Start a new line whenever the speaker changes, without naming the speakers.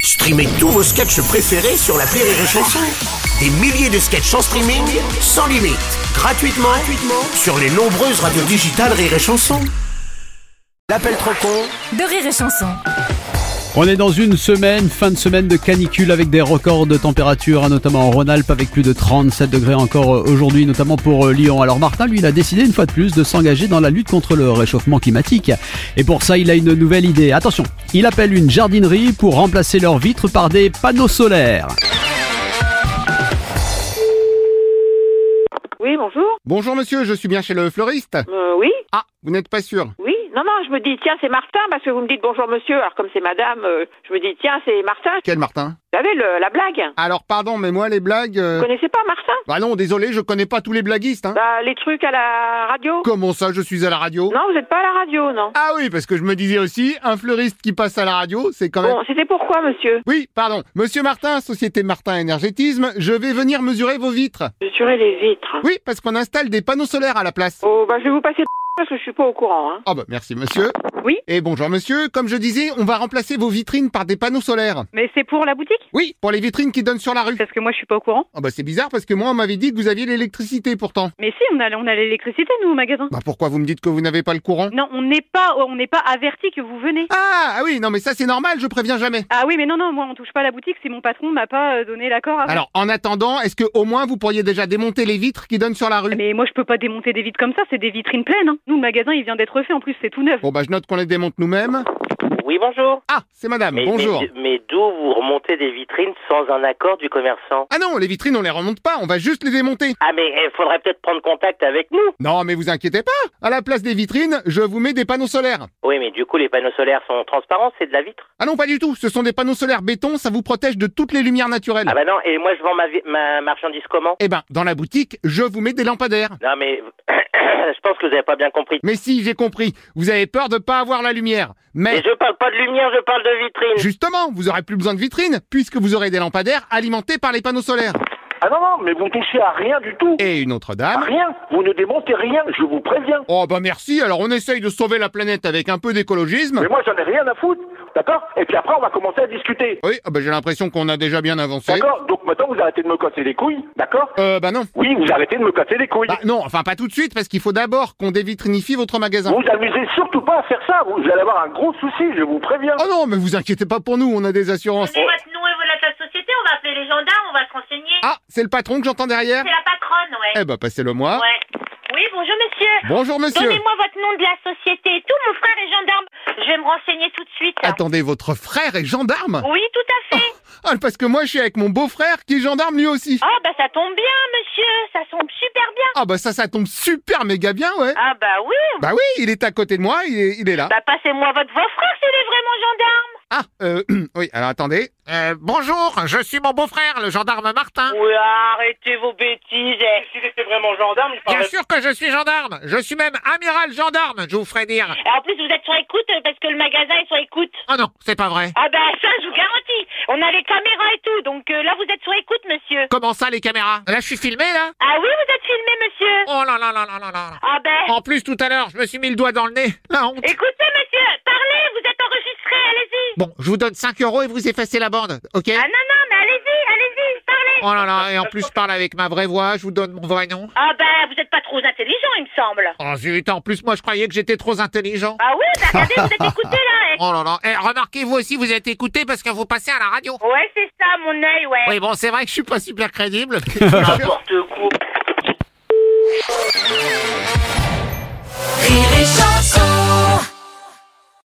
Streamez tous vos sketchs préférés sur la Rire et Chanson. Des milliers de sketchs en streaming, sans limite, gratuitement, gratuitement sur les nombreuses radios digitales Rire et Chanson. L'appel trop con
de rire et chanson.
On est dans une semaine, fin de semaine de canicule avec des records de température, hein, notamment en Rhône-Alpes avec plus de 37 degrés encore euh, aujourd'hui, notamment pour euh, Lyon. Alors Martin, lui, il a décidé une fois de plus de s'engager dans la lutte contre le réchauffement climatique. Et pour ça, il a une nouvelle idée. Attention, il appelle une jardinerie pour remplacer leurs vitres par des panneaux solaires.
Oui, bonjour.
Bonjour monsieur, je suis bien chez le fleuriste.
Euh, oui,
Ah, vous n'êtes pas sûr
oui. Non, non, je me dis, tiens, c'est Martin, parce que vous me dites bonjour monsieur, alors comme c'est madame, euh, je me dis, tiens, c'est Martin.
Quel Martin
Vous savez, le- la blague.
Alors pardon, mais moi les blagues... euh,
Vous connaissez pas Martin
Bah non, désolé, je connais pas tous les blaguistes. Hein.
Bah, les trucs à la radio.
Comment ça, je suis à la radio
Non, vous n'êtes pas à la radio, non.
Ah oui, parce que je me disais aussi, un fleuriste qui passe à la radio, c'est quand même...
Bon, c'était pourquoi, monsieur
Oui, pardon. Monsieur Martin, Société Martin Énergétisme, je vais venir mesurer vos vitres.
Mesurer les vitres.
Oui, parce qu'on installe des panneaux solaires à la place.
Oh, bah, je vais vous passer parce que je suis pas au courant, hein.
Ah bah merci monsieur.
Oui.
Et bonjour monsieur, comme je disais, on va remplacer vos vitrines par des panneaux solaires.
Mais c'est pour la boutique
Oui, pour les vitrines qui donnent sur la rue.
Parce que moi, je suis pas au courant.
Ah bah c'est bizarre parce que moi on m'avait dit que vous aviez l'électricité pourtant.
Mais si, on a, on a l'électricité, nous, au magasin.
Bah pourquoi vous me dites que vous n'avez pas le courant
Non, on n'est pas, oh, on n'est pas averti que vous venez.
ah, ah oui, non mais ça c'est normal, je préviens jamais.
Ah oui, mais non, non, moi, on touche pas à la boutique. C'est mon patron m'a pas euh, donné l'accord. avant.
Alors en attendant, est-ce que au moins vous pourriez déjà démonter les vitres qui donnent sur la rue
Mais moi, je peux pas démonter des vitres comme ça. C'est des vitrines pleines. hein. Nous, le magasin, il vient d'être refait. En plus, c'est tout neuf.
Bon bah je note qu'on les démonte nous-mêmes.
Oui, bonjour.
Ah, c'est madame, bonjour.
Mais, mais d'où vous remontez des vitrines sans un accord du commerçant
Ah non, les vitrines on les remonte pas, on va juste les démonter.
Ah, mais il faudrait peut-être prendre contact avec nous.
Non mais vous inquiétez pas, à la place des vitrines, je vous mets des panneaux solaires.
Oui, mais du coup, les panneaux solaires sont transparents, c'est de la vitre.
Ah non, pas du tout, ce sont des panneaux solaires béton, ça vous protège de toutes les lumières naturelles.
Ah bah non, et moi, je vends ma, vi- ma marchandise comment
Eh ben, dans la boutique, je vous mets des lampadaires.
Non, mais je pense que vous n'avez pas bien compris.
Mais si, j'ai compris, vous avez peur de pas avoir la lumière.
Eh.
Mais
Et je parle pas de lumière, je parle de vitrine.
Justement, vous aurez plus besoin de vitrines, puisque vous aurez des lampadaires alimentés par les panneaux solaires.
Ah non, non, mais vous ne touchez à rien du tout.
Et une autre dame.
Rien. Vous ne démontez rien, je vous préviens.
Oh bah merci, alors on essaye de sauver la planète avec un peu d'écologisme.
Mais moi, j'en ai rien à foutre. D'accord Et puis après, on va commencer à discuter.
Oui, ah bah j'ai l'impression qu'on a déjà bien avancé.
D'accord Donc maintenant, vous arrêtez de me casser les couilles. D'accord
Euh bah non.
Oui, vous arrêtez de me casser les couilles.
Bah non, enfin pas tout de suite, parce qu'il faut d'abord qu'on dévitrinifie votre magasin.
Vous amusez surtout pas à faire ça. Vous allez avoir un gros souci, je vous préviens.
Oh non, mais vous inquiétez pas pour nous, on a des assurances.
Donnez votre nom et voilà de la société, on va appeler les gendarmes, on va se renseigner.
Ah, c'est le patron que j'entends derrière
C'est la patronne, ouais.
Eh bah passez-le moi.
ouais. Oui, bonjour monsieur.
Bonjour monsieur.
Donnez-moi votre nom de la société et tout, mon frère est gendarme. Je vais me renseigner tout de suite.
Attendez, votre frère est gendarme
Oui, tout à fait.
Ah, parce que moi je suis avec mon beau-frère qui est gendarme lui aussi.
Ah bah ça tombe bien monsieur, ça tombe super bien.
Ah bah ça, ça tombe super méga bien, ouais.
Ah bah oui.
Bah oui, il est à côté de moi, il est, il est là.
Bah passez-moi votre beau frère s'il est vraiment gendarme.
Ah, euh, oui, alors attendez. Euh, bonjour, je suis mon beau-frère, le gendarme Martin.
Oui, arrêtez vos bêtises. eh.
S'il était vraiment gendarme, il
Bien sûr que je suis gendarme, je suis même amiral gendarme, je vous ferai dire.
Et en plus vous êtes sur écoute euh, parce que le magasin est sur écoute.
Oh non, c'est pas vrai.
Ah bah ça je vous garantis. On a les caméras et tout, donc euh, là vous êtes sur écoute monsieur.
Comment ça, les caméras Là, je suis filmé, là
Ah oui vous êtes filmé monsieur.
Oh là là là là là là.
Ah ben.
En plus, tout à l'heure, je me suis mis le doigt dans le nez. La honte.
Écoutez, monsieur, parlez, vous êtes enregistré, allez-y.
Bon, je vous donne 5 euros et vous effacez la bande, ok
Ah non, non, mais allez-y, allez-y, parlez.
Oh là là, et en plus, je parle avec ma vraie voix, je vous donne mon vrai nom.
Ah ben, vous êtes pas trop intelligent, il me semble.
Oh zut, en plus, moi, je croyais que j'étais trop intelligent.
Ah oui, bah regardez, vous êtes écouté là.
Oh là là. Et remarquez, vous aussi, vous êtes écouté parce que vous passez à la radio.
eh. Ouais, c'est ça, mon œil, ouais.
Oui, bon, c'est vrai que je suis pas super crédible.
N'importe quoi.